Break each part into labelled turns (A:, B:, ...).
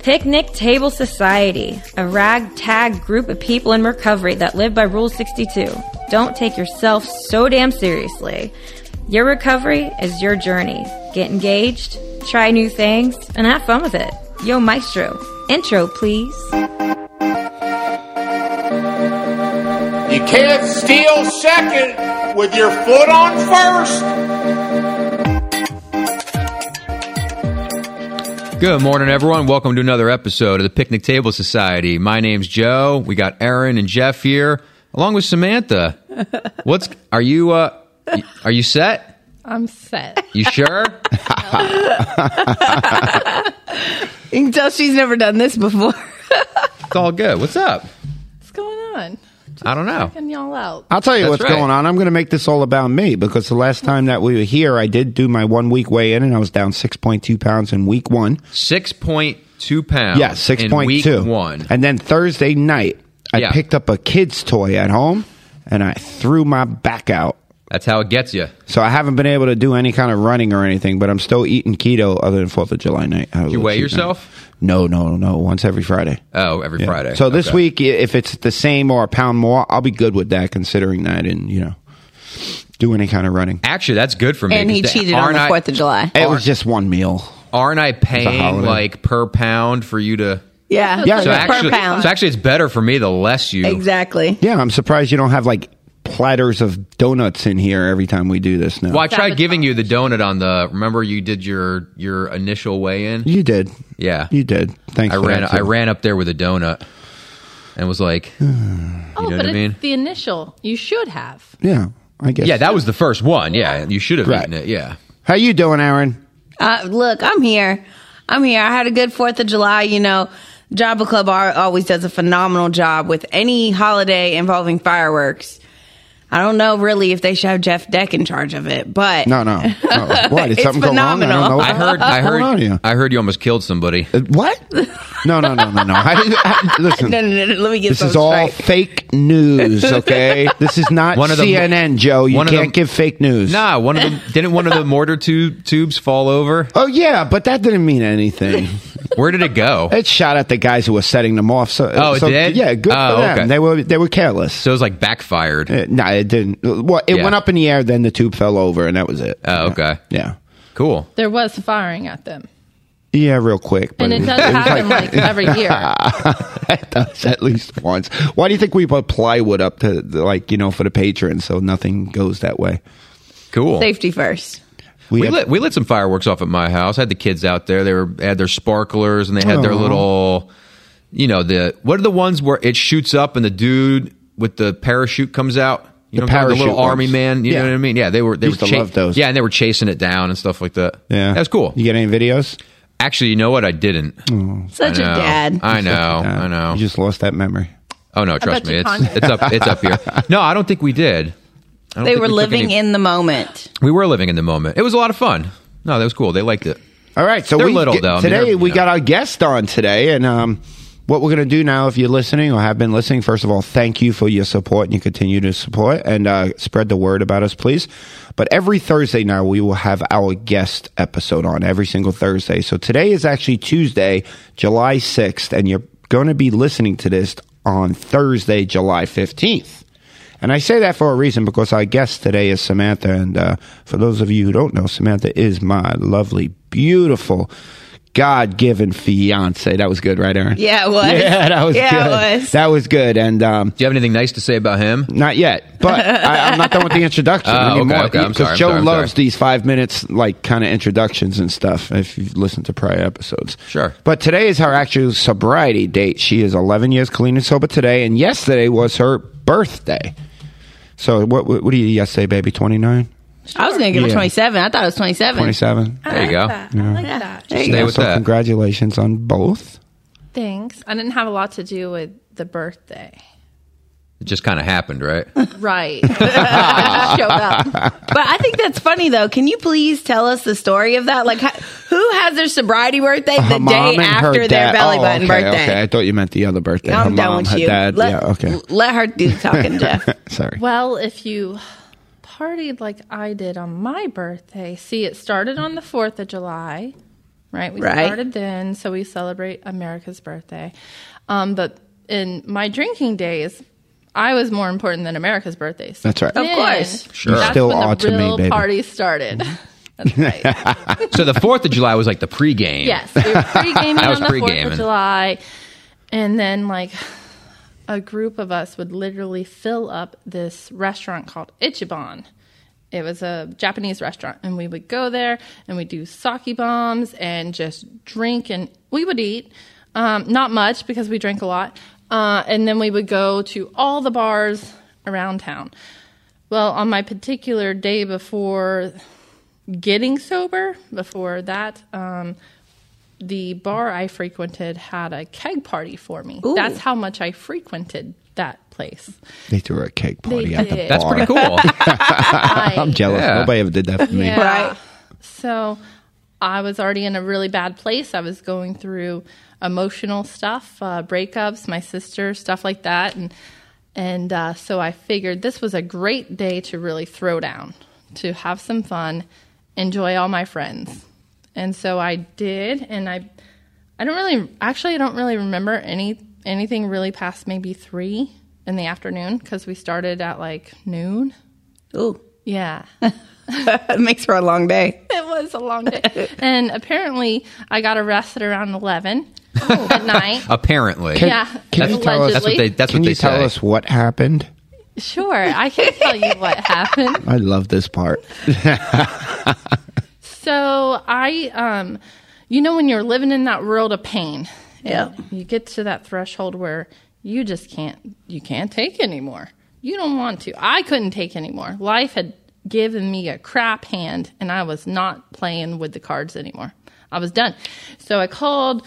A: Picnic Table Society, a ragtag group of people in recovery that live by Rule 62. Don't take yourself so damn seriously. Your recovery is your journey. Get engaged, try new things, and have fun with it. Yo, Maestro, intro, please.
B: You can't steal second with your foot on first.
C: Good morning, everyone. Welcome to another episode of the Picnic Table Society. My name's Joe. We got Aaron and Jeff here, along with Samantha. What's are you? Uh, y- are you set?
D: I'm set.
C: You sure?
D: You can tell she's never done this before.
C: It's all good. What's up?
D: What's going on? Just
C: I don't know.
D: checking y'all out.
E: I'll tell you
C: That's
E: what's
C: right.
E: going on. I'm going to make this all about me because the last time that we were here, I did do my one week weigh in and I was down 6.2 pounds in week one.
C: Six point two pounds.
E: Yeah, 6.2.
C: Oh, in week one.
E: And then Thursday night, I
C: Yeah.
E: picked up a kid's toy at home and I threw my back out.
C: That's how it gets you.
E: So I haven't been able to do any kind of running or anything, but I'm still eating keto other than 4th of July night. I had a little
C: weigh
E: cheat night.
C: yourself?
E: No, no, no. Once every Friday.
C: Oh, every
E: Yeah.
C: Friday.
E: So this
C: Okay.
E: week, i- if it's the same or a pound more, I'll be good with that considering that and, you know, do any kind of running.
C: actually, that's good for me.
D: And he
C: 'cause
D: cheated on
C: aren't
D: the
C: I-
D: Fourth of July.
E: It was just one meal.
C: Aren't I paying
E: holiday.
C: like per pound for you to?
D: Yeah.
E: Yeah,
C: So
E: yeah.
C: actually,
D: per pound.
C: so actually, it's better for me the less you.
D: exactly.
E: Yeah, I'm surprised you don't have like platters of donuts in here every time we do this now.
C: Well, I tried giving you the donut on the. Remember, you did your your initial weigh in.
E: You did.
C: Yeah.
E: You did. Thanks
C: I
E: for
C: ran
E: that,
C: I
E: too.
C: ran up there with a donut and was like,
F: Oh,
C: know
F: but
C: what I
F: it's
C: mean?
F: the initial. You should have.
E: Yeah, I guess.
C: yeah, that was the first one. Yeah, you should have
E: Right.
C: eaten it. Yeah.
E: How you doing, Aaron?
D: Uh, look, I'm here. I'm here. I had a good Fourth of July. You know, Java Club al- always does a phenomenal job with any holiday involving fireworks. I don't know really if they should have Jeff Deck in charge of it, but
E: No, no. no. What? Did
D: It's
E: something go wrong? I don't know.
D: phenomenal.
C: I heard I
E: What's
C: heard
E: going on here?
C: I heard you almost killed somebody.
E: Uh, What? No, no, no, no, no. I, didn't- I, listen,
D: no, no, no, no, let me get
E: this is
D: something
E: all
D: straight.
E: fake news. Okay, this is not
C: One of the-
E: CNN, Joe. You
C: one of
E: can't
C: the-
E: give fake news.
C: Nah, one of them didn't one of the mortar tube tubes fall over?
E: Oh yeah, but that didn't mean anything.
C: Where did it go?
E: it shot at the guys who were setting them off. So,
C: Oh, it
E: so,
C: did?
E: Yeah, good
C: Oh,
E: for them.
C: okay.
E: They were they were careless.
C: So it was like backfired.
E: Uh, no, it didn't. Well, it
C: Yeah.
E: went up in the air, then the tube fell over, and that was it.
C: Oh, okay.
E: Yeah.
C: Cool.
F: There was firing at them.
E: Yeah, real quick. But
F: And it does happen like, every year.
E: it does at least once. Why do you think we put plywood up to, the, like, you know, for the patrons so nothing goes that way?
C: Cool.
D: safety first.
C: We
E: have-
C: lit, we lit some fireworks off at my house. had the kids out there. They were they had their sparklers and they had their
E: Aw.
C: little, you know, the what are the ones where it shoots up and the dude with the parachute comes out. You
E: The
C: know, kind of the
E: parachute
C: little army
E: ones.
C: man. You
E: Yeah.
C: know what I mean? Yeah, they were they
E: Used
C: were
E: to love those.
C: Yeah, and they were chasing it down and stuff like that.
E: Yeah.
C: that was cool.
E: You get any videos?
C: Actually, you know what? I didn't.
D: Such
C: I
D: a
C: know.
D: dad.
C: I know.
E: Oh,
C: I know.
E: You just lost that memory.
C: oh no, trust
F: bet
C: me.
F: you
C: It's,
F: Congress-
C: it's up. It's up here. No, I don't think we did. I don't
D: they
C: think
D: were
C: we took
D: living
C: any-
D: in the moment.
C: We were living in the moment. It was a lot of fun. No, that was cool. They liked it.
E: All right, so
C: They're
E: we
C: little,
E: get-
C: though. I mean,
E: today
C: they're, you
E: we
C: know.
E: got our guest on today, and um, what we're going to do now, if you're listening or have been listening, first of all, thank you for your support and you continue to support and uh, spread the word about us, please. But every Thursday now we will have our guest episode on every single Thursday. So today is actually Tuesday, July sixth, and you're going to be listening to this on Thursday, July fifteenth. And I say that for a reason because our guest today is Samantha. And uh, for those of you who don't know, Samantha is my lovely, beautiful, God given fiance. That was good, right, Aaron?
D: Yeah, it was.
E: Yeah, that was
D: Yeah,
E: good.
D: it was.
E: That was good. And um,
C: Do you have anything nice to say about him?
E: not yet, but I, I'm not done with the introduction.
C: Oh,
E: I need
C: okay,
E: more
C: okay. I'm sorry, I'm
E: Joe
C: sorry, I'm
E: loves
C: sorry.
E: these five minutes, like kind of introductions and stuff. If you've listened to prior episodes,
C: Sure.
E: But today is her actual sobriety date. She is 11 years clean and sober today, and yesterday was her birthday. So what? What, what do you yesterday, baby? 29,
D: I was going to give
E: Yeah.
D: her 27. I thought it was 27.
E: 27.
C: There you go.
F: I like that.
D: There you
C: Stay
D: go.
C: with
E: so
C: that.
E: congratulations on both.
F: Thanks. I didn't have a lot to do with the birthday.
C: It just kind of happened, right?
F: Right. I just showed up.
D: But I think that's funny though. Can you please tell us the story of that? Like, how, who has their sobriety birthday
E: Uh-huh, Her
D: the
E: mom
D: day
E: and her
D: after
E: dad-
D: their belly
E: oh,
D: button
E: okay,
D: birthday?
E: Okay, I thought you meant the other birthday.
D: I'm
E: her
D: done
E: mom,
D: with
E: her
D: you.
E: dad.
D: Let,
E: yeah, okay.
D: let her do the talking, Jeff.
E: Sorry.
F: Well, if you partied like I did on my birthday, see, it started on the 4th of July right? We
D: Right.
F: started then, so we celebrate America's birthday. Um, but in my drinking days, I was more important than America's birthday. So
E: That's right. Of
F: then,
D: course.
C: Sure. You
F: That's
E: still
F: when the
E: are to me,
F: real
E: baby. Mm-hmm.
F: party started.
C: So the Fourth of July was like the pregame.
F: Yes, we were pre-gaming
C: I was
F: on the Fourth
C: pre-gaming.
F: of July, and then like a group of us would literally fill up this restaurant called Ichiban. It was a Japanese restaurant, and we would go there and we do sake bombs and just drink, and we would eat, um, not much because we drank a lot, uh, and then we would go to all the bars around town. Well, on my particular day before getting sober, before that, um, the bar I frequented had a keg party for me. That's how much I frequented that place.
E: They threw a cake party at the bar.
F: did.
C: That's pretty cool.
F: I,
E: I'm jealous.
C: Yeah.
E: Nobody ever did that for me.
F: Yeah.
D: Right.
F: So I was already in a really bad place. I was going through emotional stuff, uh, breakups, my sister, stuff like that, and and uh, so I figured this was a great day to really throw down, to have some fun, enjoy all my friends, and so I did, and I I don't really actually I don't really remember any anything really past maybe three in the afternoon because we started at like noon.
D: Ooh,
F: Yeah.
D: that makes for a long day.
F: it was a long day. and apparently, I got arrested around 11 at night.
C: Apparently.
F: yeah.
E: Oh. can you tell us-
C: That's what they. That's
E: Can
C: what
E: you
C: they
E: tell
C: say.
E: us what happened?
F: sure, I can tell you what happened.
E: I love this part.
F: So I, um, you know, when you're living in that world of pain,
D: Yeah.
F: you get to that threshold where you just can't, you can't take anymore. You don't want to. I couldn't take anymore. Life had given me a crap hand, and I was not playing with the cards anymore. I was done. So I called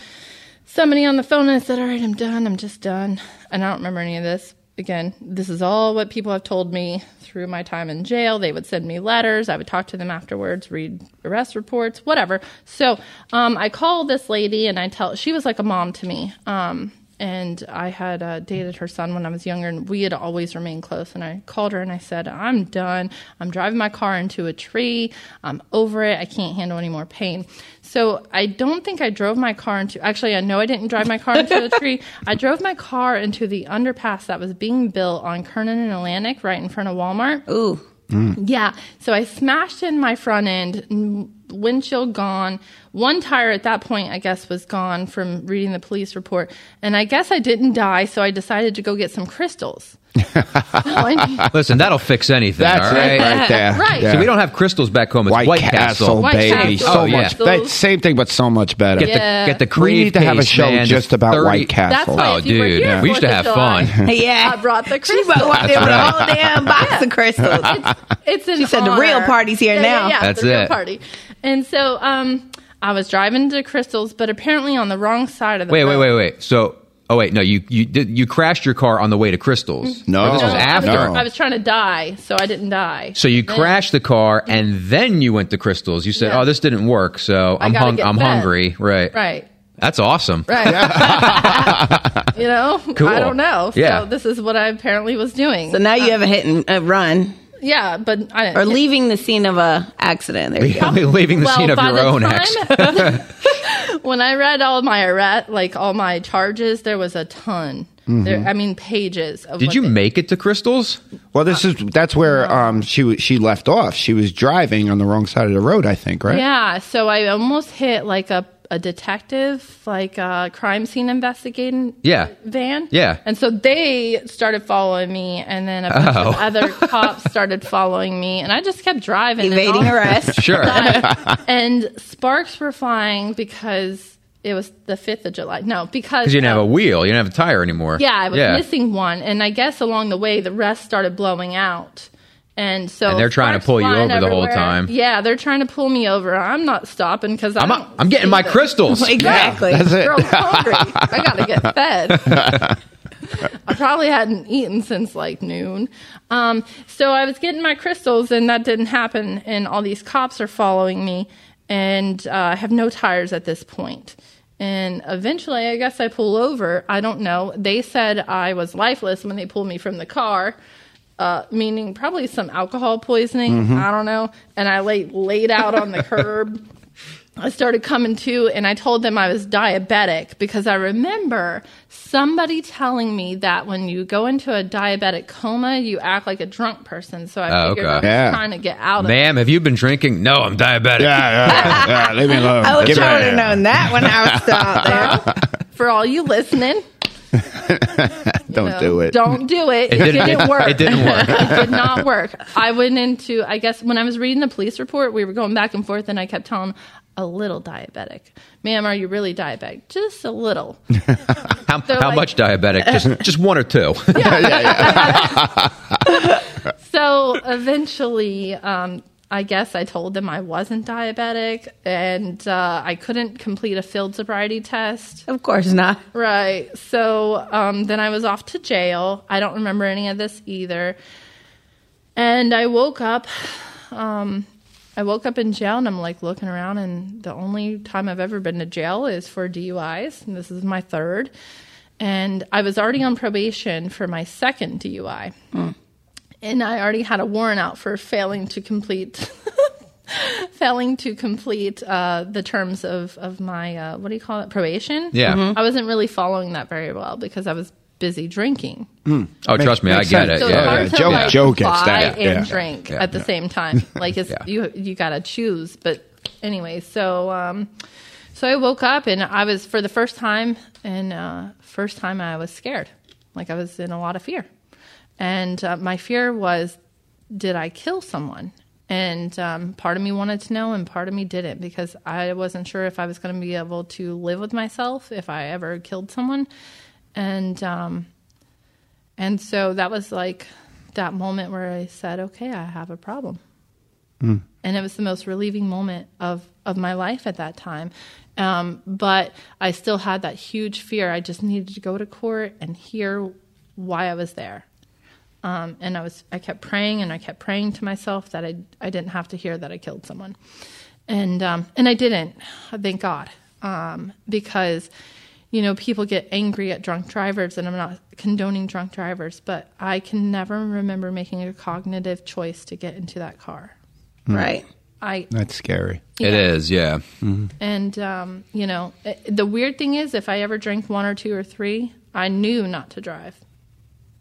F: somebody on the phone and I said, All right, I'm done. I'm just done. And I don't remember any of this. Again, this is all what people have told me through my time in jail. They would send me letters. I would talk to them afterwards, read arrest reports, whatever. So um, I called this lady and I tell she was like a mom to me. Um, and I had uh, dated her son when I was younger, and we had always remained close. And I called her and I said, I'm done. I'm driving my car into a tree. I'm over it. I can't handle any more pain. So I don't think I drove my car into, actually, I know I didn't drive my car into a tree. I drove my car into the underpass that was being built on Kernan and Atlantic right in front of Walmart.
D: Ooh,
F: Yeah. So I smashed in my front end, n- windshield gone. One tire at that point, I guess, was gone from reading the police report. And I guess I didn't die, so I decided to go get some crystals. So I-
C: Listen, that'll fix anything.
E: That's
C: all right.
E: it right there.
F: Right.
E: Yeah.
C: So we don't have crystals back home. It's
E: White,
C: White,
E: Castle,
F: White
E: baby.
F: Castle.
E: So
C: Oh, yeah.
E: much. That, same thing, but so much better.
C: Get
F: Yeah.
C: the get the
E: we
C: crave
E: need to have a
C: case,
E: show
C: man.
E: just about
C: Thirty-
E: White
F: that's
E: Castle.
F: why
C: Oh,
F: if you were
C: dude,
F: here
C: we
F: for
C: used to
F: the
C: have
F: July,
C: fun.
D: yeah.
F: I brought the
D: She
F: crystals.
D: walked in with a whole damn box of crystals.
F: It's an
D: She said the real
F: honor.
D: party's here
F: Yeah,
D: now.
F: Yeah, yeah,
C: That's
F: the real
C: it.
F: party. And so um, I was driving to Crystals, but apparently on the wrong side of the
C: Wait, wait,
F: road.
C: wait, wait. So, oh wait, no, you you did you crashed your car on the way to Crystals.
E: No.
C: Or this was
E: No.
C: after.
E: No.
F: Mm-hmm. I was trying to die, so I didn't die.
C: So you crashed the car and then you went to Crystals. You said,
F: Yeah.
C: "Oh, this didn't work, so I'm
F: gotta
C: hung-
F: get
C: I'm
F: fed."
C: hungry." Right.
F: Right.
C: That's awesome.
F: Right. you know?
C: Cool.
F: I don't know.
C: Yeah.
F: So this is what I apparently was doing.
D: So now you have a hit and a run
F: yeah, but I
D: or leaving the scene of a accident. There you go.
C: Leaving the
F: well,
C: scene of
F: by
C: your
F: the
C: own
F: time,
C: ex.
F: when I read all my arrest, like all my charges, there was a ton. There, I mean, pages. Of
C: Mm-hmm. Did
F: what
C: you
F: they-
C: make it to Crystals?
E: Well, this is that's where um, she wa- she left off. She was driving on the wrong side of the road, I think, right?
F: Yeah, so I almost hit like a, a detective, like a crime scene investigating
C: Yeah.
F: van.
C: Yeah.
F: And so they started following me, and then a bunch
C: Oh.
F: of other cops started following me, and I just kept driving. and
D: Evading
F: all-
D: arrest.
C: Sure.
F: Um, and sparks were flying because it was the 5th of July. No, because.
C: Because you didn't have a
F: uh,
C: wheel, you didn't have a tire anymore.
F: Yeah, I was missing one. And I guess along the way, the rest started blowing out. And so.
C: And they're trying to
F: sparks
C: pull you
F: flying
C: over the whole
F: everywhere.
C: time.
F: Yeah, they're trying to pull me over. I'm not stopping because
C: I'm a, I'm getting my crystals.
D: Exactly.
E: That's it.
F: Girl's hungry. I gotta get fed. I probably hadn't eaten since like noon. Um, so I was getting my crystals, and that didn't happen. And all these cops are following me, and uh, I have no tires at this point. And eventually, I guess I pull over. I don't know. They said I was lifeless when they pulled me from the car. Uh, meaning probably some alcohol poisoning. I don't know. And I lay laid out on the curb I started coming to and I told them I was diabetic because I remember somebody telling me that when you go into a diabetic coma, you act like a drunk person. So I
C: Oh,
F: figured
C: okay.
F: I was
E: Yeah.
F: trying to get out of it.
C: Ma'am, have you been drinking? No, I'm diabetic.
E: Yeah, yeah, yeah, leave me alone.
D: I wish
E: Give me
D: I
E: that.
D: would have Oh, known that when I was still out there.
F: For all you listening,
E: Don't
F: know,
E: do it.
F: Don't do it. It,
C: didn't-
F: didn't, work.
C: it didn't work.
F: it did not work. I went into, I guess, when I was reading the police report, we were going back and forth, and I kept telling him, a little diabetic. Ma'am, are you really diabetic? Just a little.
C: How,
F: They're
C: how
F: like-
C: much diabetic? Just just one or two.
F: So eventually, um, I guess I told them I wasn't diabetic and uh, I couldn't complete a field sobriety test.
D: Of course not.
F: Right. So um, then I was off to jail. I don't remember any of this either. And I woke up. Um, I woke up in jail and I'm like looking around, and the only time I've ever been to jail is for DUIs, and this is my third. And I was already on probation for my second DUI, and I already had a warrant out for failing to complete. failing to complete uh, the terms of, of my uh, what do you call it probation
C: Yeah. Mhm.
F: i wasn't really following that very well because i was busy drinking
C: Oh, trust me, I
E: makes
C: get
E: sense.
F: so
C: it.
F: it's
C: Yeah,
F: hard
C: yeah.
F: to
E: Joe-
F: like
E: Joe gets
F: buy
E: that. Yeah.
F: and drink
C: Yeah.
F: at the same time. Like it's
C: Yeah.
F: you you gotta choose. But anyway, so um, so I woke up and I was for the first time and uh, first time I was scared. Like I was in a lot of fear, and uh, my fear was, did I kill someone? And um, part of me wanted to know, and part of me didn't because I wasn't sure if I was going to be able to live with myself if I ever killed someone, and um, and so that was like that moment where I said, okay, I have a problem. And it was the most relieving moment of, of my life at that time. Um, but I still had that huge fear. I just needed to go to court and hear why I was there. Um, and I was, I kept praying and I kept praying to myself that I, I didn't have to hear that I killed someone. And, um, and I didn't, thank God. Um, because, you know, people get angry at drunk drivers and I'm not condoning drunk drivers, but I can never remember making a cognitive choice to get into that car.
C: Mm.
D: Right.
F: I,
E: That's scary.
C: It is, yeah.
F: and um, you know, it, the weird thing is, if I ever drank one or two or three, I knew not to drive.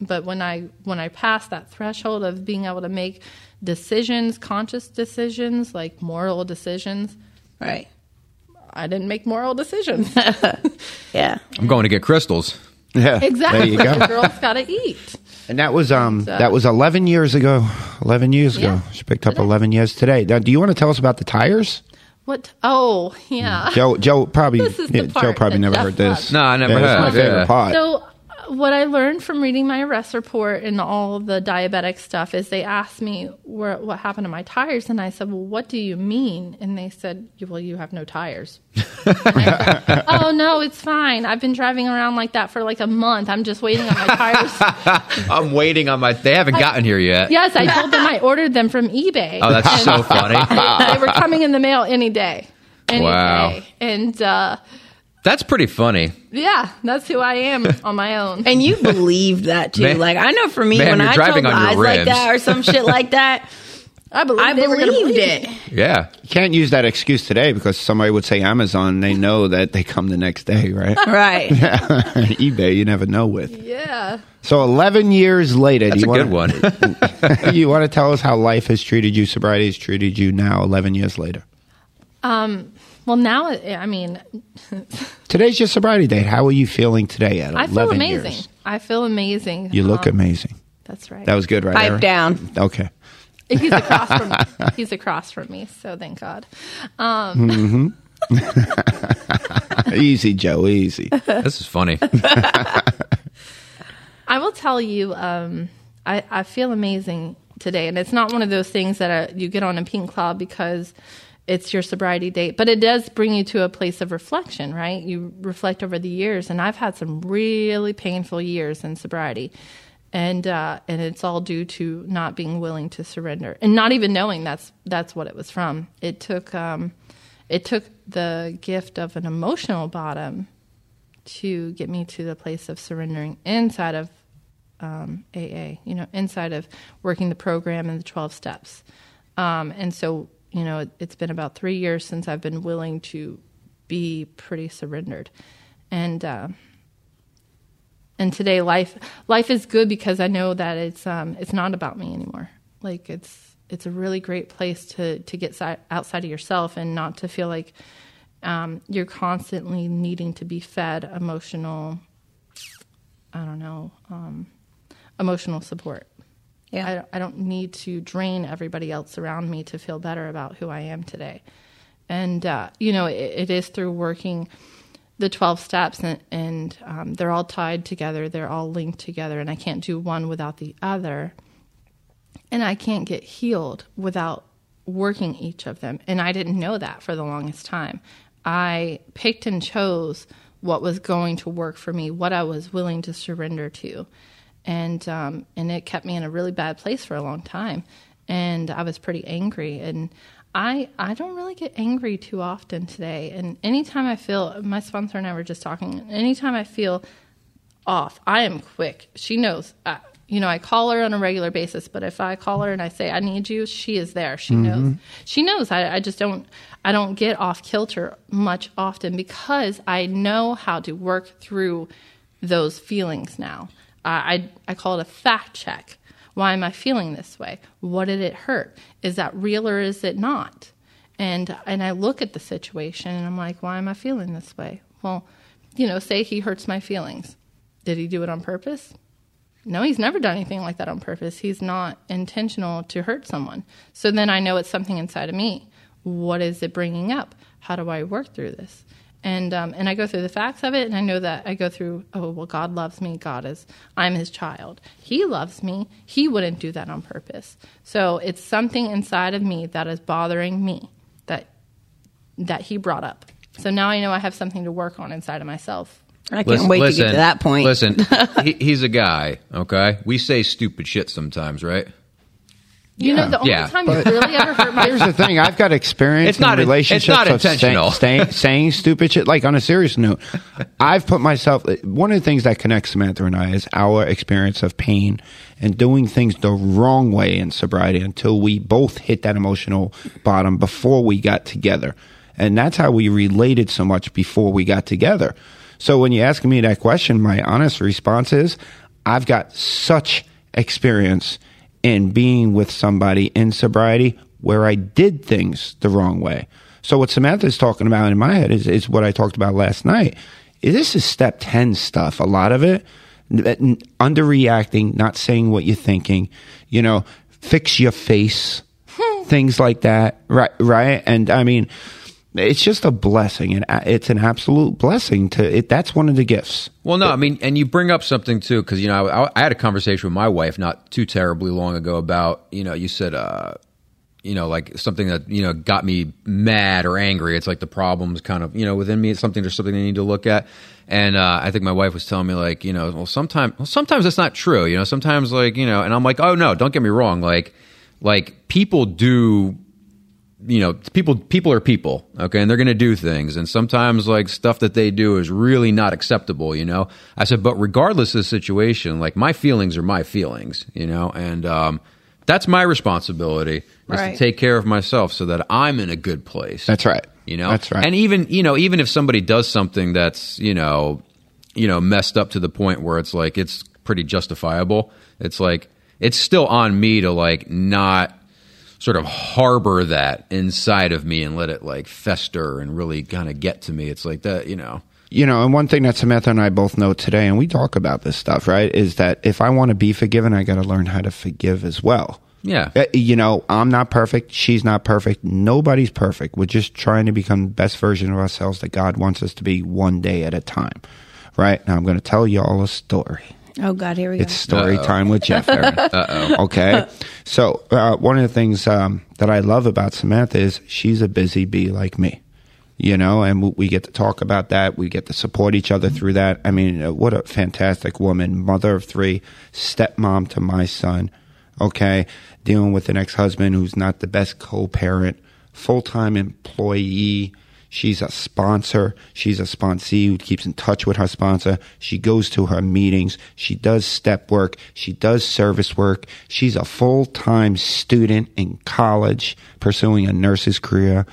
F: But when I when I passed that threshold of being able to make decisions, conscious decisions, like moral decisions,
D: Right.
F: I didn't make moral decisions.
D: Yeah.
C: I'm going to get crystals.
E: Yeah, There
F: exactly.
E: you go.
F: The girl's got to eat.
E: And that was um
F: So-
E: that was eleven years ago. Eleven years
F: Yeah.
E: ago, she picked up eleven years today. Now, do you want to tell us about the tires?
F: What? Oh, yeah.
E: Joe Joe probably
F: This is the
E: yeah, Joe
F: part
E: probably
F: that
E: never
F: Jeff
E: heard this.
F: loves.
C: No, I never
E: yeah,
C: have,
E: It's my favorite
C: yeah.
E: part.
F: So, uh, what I learned from reading my arrest report and all the diabetic stuff is they asked me where, what happened to my tires, and I said, "Well, what do you mean?" And they said, "You- "Well, you have no tires." And I said, oh no, it's fine. I've been driving around like that for like a month. I'm just waiting on my tires.
C: I'm waiting on my. They haven't gotten here yet.
F: yes, I told them I ordered them from eBay.
C: Oh, that's
F: And-
C: so funny.
F: they were coming in the mail any day. Any
C: Wow.
F: day. And uh,
C: That's pretty funny.
F: yeah, that's who I am on my own.
D: And you believed that too.
C: Ma'am-
D: like I know for me
C: ma'am,
D: when
C: you're
D: I told
C: driving on
D: lies
C: your
D: like
C: ribs.
D: that or some shit like that,
F: I believe
D: I
F: they were gonna
D: believed
F: believe
D: it.
C: Yeah.
E: you can't use that excuse today because somebody would say Amazon. They know that they come the next day, right?
D: Right.
E: eBay, you never know with.
F: Yeah.
E: So eleven years later,
C: That's
E: do
C: a
E: you
C: good
E: wanna,
C: one.
E: you want to tell us how life has treated you, sobriety has treated you now, eleven years later.
F: Um, well, now, I I mean,
E: Today's your sobriety date. How are you feeling today at
F: I
E: eleven
F: feel amazing.
E: years?
F: I feel amazing.
E: You look
F: Um,
E: amazing.
F: That's right.
E: That was good, right? Erin?
D: Pipe down.
E: Okay.
F: he's across from me. He's across from me, so thank God. Um,
E: easy, Joe. Easy.
C: this is funny.
F: I will tell you, um, I, I feel amazing today, and it's not one of those things that uh you get on a pink cloud because it's your sobriety date, but it does bring you to a place of reflection, right? You reflect over the years, and I've had some really painful years in sobriety. And uh, and it's all due to not being willing to surrender and not even knowing that's that's what it was from. It took um, it took the gift of an emotional bottom to get me to the place of surrendering inside of um, AA, you know, inside of working the program and the 12 steps. Um, and so, you know, it, it's been about three years since I've been willing to be pretty surrendered, and uh, and today life life is good because I know that it's um it's not about me anymore. Like it's it's a really great place to to get si- outside of yourself and not to feel like um, you're constantly needing to be fed emotional. I don't know um, emotional support.
D: Yeah.
F: I don't, I don't need to drain everybody else around me to feel better about who I am today. And, uh, you know, it, it is through working the 12 steps, and, and um, they're all tied together, they're all linked together, and I can't do one without the other. And I can't get healed without working each of them. And I didn't know that for the longest time. I picked and chose what was going to work for me, what I was willing to surrender to. And um, and it kept me in a really bad place for a long time. And I was pretty angry. And I I don't really get angry too often today. And anytime I feel my sponsor and I were just talking. Anytime I feel off. I am quick. She knows. I, you know, I call her on a regular basis, but if I call her and I say I need you, she is there. She knows. She knows. I, I just don't. I don't get off kilter much often because I know how to work through those feelings now. I I, I call it a fact check. Why am I feeling this way? What did it hurt? Is that real or is it not? and and I look at the situation and I'm like, why am I feeling this way? Well, you know, say he hurts my feelings. Did he do it on purpose? No, he's never done anything like that on purpose. He's not intentional to hurt someone. So then I know it's something inside of me. What is it bringing up? How do I work through this? And um, and I go through the facts of it, and I know that I go through. Oh well, God loves me. God is. I'm His child. He loves me. He wouldn't do that on purpose. So it's something inside of me that is bothering me that that he brought up. So now I know I have something to work on inside of myself.
D: I can't wait to get to that point.
C: Listen, he, he's a guy, okay? We say stupid shit sometimes, right?
F: You know, the only
C: Yeah.
F: time you really ever hurt my
E: Here's the thing: I've got experience
C: It's not-
E: in
C: it's
E: relationships
C: not
E: of saying-
C: intentional.
E: saying- saying stupid shit. Like on a serious note, I've put myself. One of the things that connects Samantha and I is our experience of pain and doing things the wrong way in sobriety until we both hit that emotional bottom before we got together, and that's how we related so much before we got together. So when you're asking me that question, my honest response is, I've got such experience in being with somebody in sobriety where I did things the wrong way. So what Samantha's talking about in my head is, is what I talked about last night. This is step 10 stuff, a lot of it. N- Underreacting, not saying what you're thinking, you know, fix your face, things like that. Right, right. And I mean, it's just a blessing and a- it's an absolute blessing to it. That's one of the gifts.
C: Well, no, I mean, and you bring up something too, because you know, I, I had a conversation with my wife not too terribly long ago about, you know, you said, uh, you know, like something that you know got me mad or angry. It's like the problems kind of you know within me. It's something there's something I need to look at. And uh, I think my wife was telling me like, you know, well, sometimes, well, sometimes that's not true. You know, sometimes like you know, and I'm like, oh no, don't get me wrong. Like, like people do you know people people are people okay and they're going to do things and sometimes like stuff that they do is really not acceptable you know i said but regardless of the situation like my feelings are my feelings you know and um, that's my responsibility is
D: Right.
C: to take care of myself so that i'm in a good place
E: That's right.
C: you know
E: That's right.
C: and even you know even if somebody does something that's you know you know messed up to the point where it's like it's pretty justifiable it's like it's still on me to like not sort of harbor that inside of me and let it like fester and really kind of get to me it's like that you know
E: you know, and one thing that Samantha and I both know today, and we talk about this stuff, right, is that if I want to be forgiven, I got to learn how to forgive as well.
C: Yeah.
E: Uh, You know, I'm not perfect. She's not perfect. Nobody's perfect. We're just trying to become the best version of ourselves that God wants us to be one day at a time, right? Now, I'm going to tell you all a story.
D: oh God, here we
E: It's story time with Jeff. Uh oh. Okay. So, uh, one of the things um, that I love about Samantha is she's a busy bee like me, you know, and we, we get to talk about that. We get to support each other through that. I mean, uh, what a fantastic woman, mother of three, stepmom to my son. Okay. Dealing with an ex husband who's not the best co parent, full time employee. She's a sponsor. She's a sponsee who keeps in touch with her sponsor. She goes to her meetings. She does step work. She does service work. She's a full time student in college pursuing a nurse's career.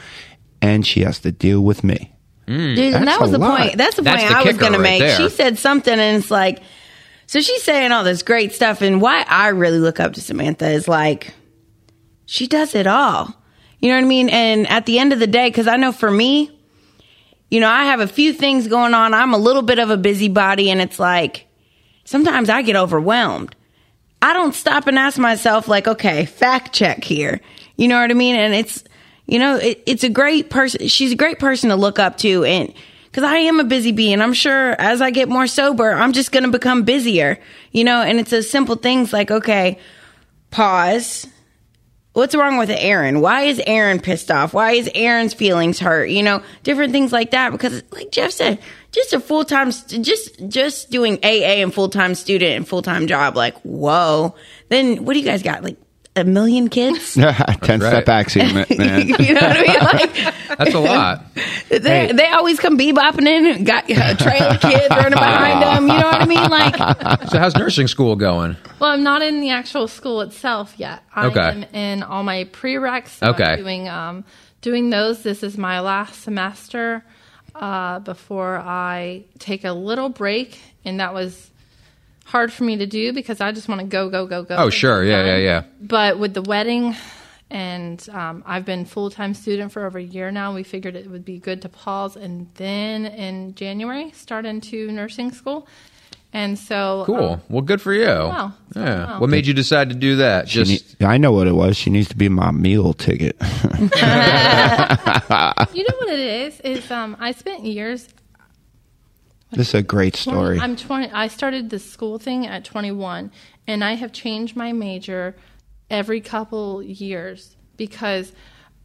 E: And she has to deal with me.
D: Dude, and
E: That's
D: that was
E: a
D: the
E: lot.
D: point. That's the
C: Hmm, That's
D: point
C: the
D: I was
C: kicker
D: going to
C: right
D: make.
C: there.
D: She said something, and it's like, so she's saying all this great stuff. And why I really look up to Samantha is like, she does it all. You know what I mean? And at the end of the day, because I know for me, you know, I have a few things going on. I'm a little bit of a busybody, and it's like, sometimes I get overwhelmed. I don't stop and ask myself, like, okay, fact check here. You know what I mean? And it's, you know, it, it's a great person. She's a great person to look up to. And because I am a busy bee, and I'm sure as I get more sober, I'm just going to become busier, you know? And it's those simple things like, okay, pause. What's wrong with Aaron? Why is Aaron pissed off? Why is Aaron's feelings hurt? You know, different things like that. Because, like Jeff said, just a full time, just just doing AA and full time student and full time job. Like, whoa. Then what do you guys got? Like a million kids? you know
E: Ten step axiom, man.
D: what I mean? Like,
C: That's a lot.
D: they, they always come bebopping in, got a trail of kids running behind them. You know what I mean? Like,
C: So how's nursing school going?
F: Well, I'm not in the actual school itself yet. I
C: Okay.
F: am in all my prereqs. so I'm
C: Okay.
F: doing um, doing those. This is my last semester uh, before I take a little break, and that was hard for me to do because I just want to go, go, go, go.
C: Oh, sure. Yeah, yeah, yeah.
F: But with the wedding, and um, I've been full time student for over a year now. We figured it would be good to pause, and then in January start into nursing school. And so um,
C: Cool. Well, good for you.
F: Wow.
C: Yeah.
F: Wow.
C: What made you decide to do that?
E: She
C: Just
E: need- I know what it was. She needs to be my meal ticket.
F: You know what it is? Is um, I spent years.
E: this is a great story.
F: I'm 20. I started the school thing at 21, and I have changed my major every couple years because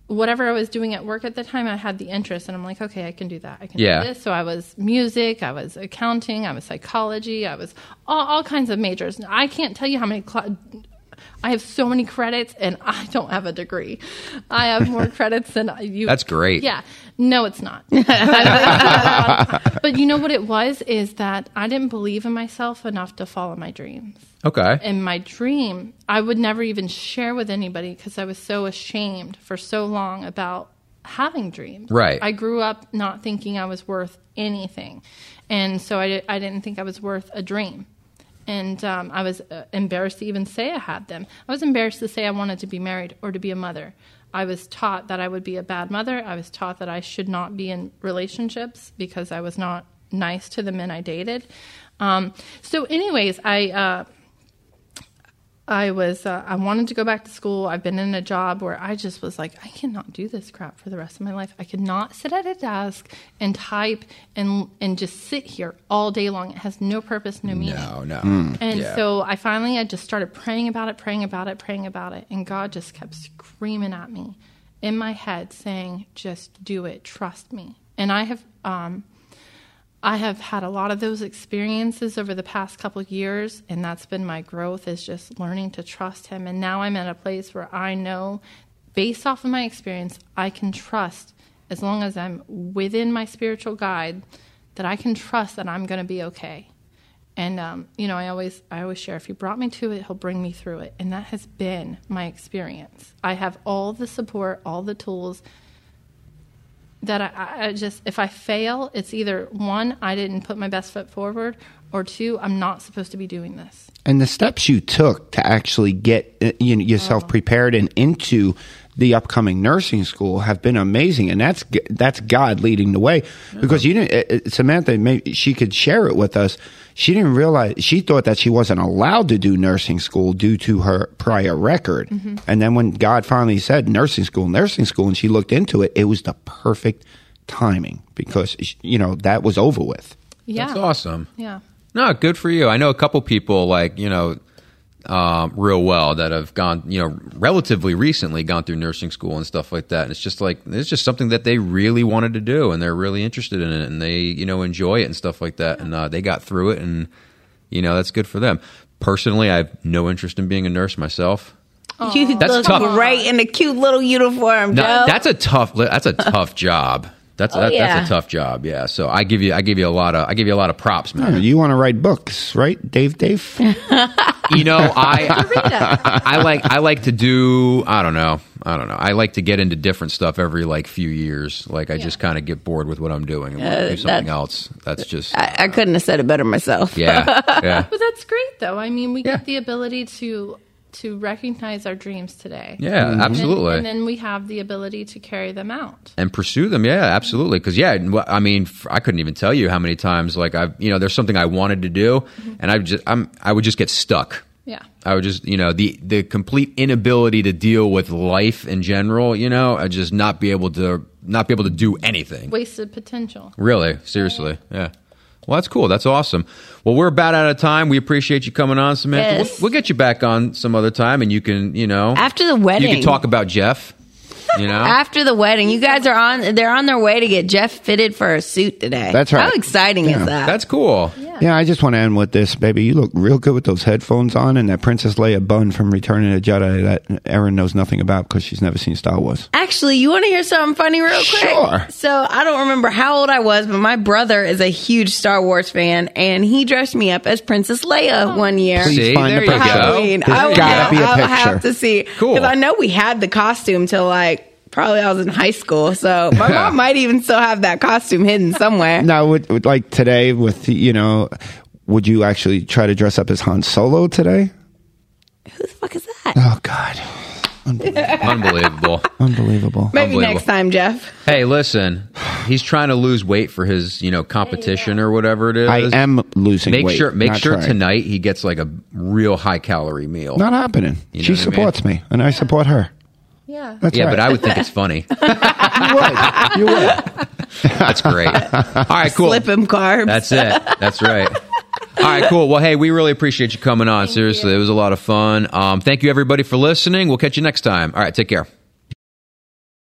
F: whatever I was doing at work at the time, I had the interest, and I'm like, okay, I can do that. I can
C: Yeah.
F: do this. So I was music, I was accounting, I was psychology, I was all, all kinds of majors. I can't tell you how many. Cl- I have so many credits, and I don't have a degree. I have more credits than you.
C: That's great.
F: Yeah. No, it's not. but you know what it was is that I didn't believe in myself enough to follow my dreams.
C: okay.
F: And my dream, I would never even share with anybody because I was so ashamed for so long about having dreams.
C: Right.
F: I grew up not thinking I was worth anything. And so I, di- I didn't think I was worth a dream. And um, I was uh, embarrassed to even say I had them. I was embarrassed to say I wanted to be married or to be a mother. I was taught that I would be a bad mother. I was taught that I should not be in relationships because I was not nice to the men I dated. Um, so, anyways, I. Uh, I was uh, I wanted to go back to school. I've been in a job where I just was like, I cannot do this crap for the rest of my life. I could not sit at a desk and type and and just sit here all day long. It has no purpose, no meaning.
C: No, Oh, no.
E: Hmm.
F: And
C: Yeah.
F: so I finally I just started praying about it, praying about it, praying about it, and God just kept screaming at me in my head saying, "Just do it. Trust me." And I have um I have had a lot of those experiences over the past couple of years, and that's been my growth is just learning to trust him. And now I'm at a place where I know, based off of my experience, I can trust as long as I'm within my spiritual guide that I can trust that I'm going to be okay. And um, you know, I always I always share if he brought me to it, he'll bring me through it, and that has been my experience. I have all the support, all the tools that I- I, I just if I fail, it's either one, I didn't put my best foot forward, or two, I'm not supposed to be doing this.
E: and the steps you took to actually get uh, you know, yourself prepared and into the upcoming nursing school have been amazing, and that's g- that's God leading the way because you didn't. uh, uh, Samantha, maybe she could share it with us. She didn't realize she thought that she wasn't allowed to do nursing school due to her prior record, and then when God finally said nursing school, nursing school, and she looked into it, it was the perfect timing because sh- you know that was over with.
F: Yeah,
C: That's awesome.
F: yeah.
C: No, good for you. I know a couple people like you know um, real well that have gone you know relatively recently gone through nursing school and stuff like that. And it's just like it's just something that they really wanted to do and they're really interested in it and they you know enjoy it and stuff like that. And uh, they got through it and you know that's good for them. Personally, I have no interest in being a nurse myself.
D: you
C: Oh, That's
D: look
C: tough.
D: great in a cute little uniform,
C: No,
D: Joe.
C: that's a tough. That's a tough job. That's
D: Oh,
C: that,
D: yeah.
C: that's a tough job. Yeah. So I give you I give you a lot of I give you a lot of props, man.
E: Oh, You want to write books, right, Dave? Dave,
C: You know, I I like I like to do I don't know I don't know I like to get into different stuff every like few years. Like I just kind of get bored with what I'm doing and do something
D: Uh, that's-
C: else. That's just
D: I, I couldn't have said it better myself.
C: yeah yeah
F: But that's great, though. I mean, we
C: Yeah.
F: get the ability to to recognize our dreams today.
D: Mm-hmm.
C: yeah absolutely.
F: And then we have the ability to carry them out.
C: and pursue them. Yeah, absolutely. Because yeah, and wh- I mean, f- I couldn't even tell you how many times like I've you know there's something I wanted to do,
D: Mm-hmm.
C: and I just I'm I would just get stuck.
F: Yeah.
C: I would just you know the the complete inability to deal with life in general. You know, I just not be able to not be able to do anything.
F: Wasted potential.
C: Really, seriously, yeah. Well, that's cool. That's awesome. Well, we're about out of time. We appreciate you coming on, Samantha.
D: Yes.
C: We'll, we'll get you back on some other time, and you can, you know,
D: After the
C: you
D: wedding,
C: can talk about Jeff. You know,
D: After the wedding, you guys are on. They're on their way to get Jeff fitted for a suit today.
E: That's right.
D: How exciting
E: Yeah.
D: is that?
C: that's cool.
E: Yeah, I just want to end with this, baby. You look real good with those headphones on and that Princess Leia bun from Returning to Jedi that Erin knows nothing about because she's never seen Star Wars.
D: Actually, you want to hear something funny real quick?
E: Sure.
D: So I don't remember how old I was, but my brother is a huge Star Wars fan, and he dressed me up as Princess Leia one year.
E: Oh. Please
C: See,
E: find
C: there
E: the
C: you go.
E: picture.
D: Halloween.
E: There's
D: I would
E: gotta be a
D: I would
E: picture.
D: have to see.
C: Cool.
D: Because I know we had the costume till like probably I was in high school. So my
C: Yeah.
D: mom might even still have that costume hidden somewhere.
E: Now, with, with, like today, with you know, would you actually try to dress up as Han Solo today?
D: Who the fuck is that?
E: Oh God,
C: Unbelievable.
E: unbelievable!
D: Maybe
C: Unbelievable.
D: next time, Jeff.
C: Hey, listen, he's trying to lose weight for his, you know, competition or whatever it is.
E: I am losing
C: Make
E: weight.
C: sure, make
E: not
C: sure
E: trying.
C: tonight he gets like a real high calorie meal.
E: Not happening.
C: You know
E: she
C: what I mean?
E: supports me, and I support her.
F: Yeah.
E: That's
C: yeah,
E: right.
C: but I would think it's funny.
E: I would. You would.
C: That's great. All right, cool.
D: Flip him carbs.
C: That's it. That's right. All right, cool. Well, hey, we really appreciate you coming on. Seriously, it was a lot of fun. Um, thank you, everybody, for listening. We'll catch you next time. All right, take care.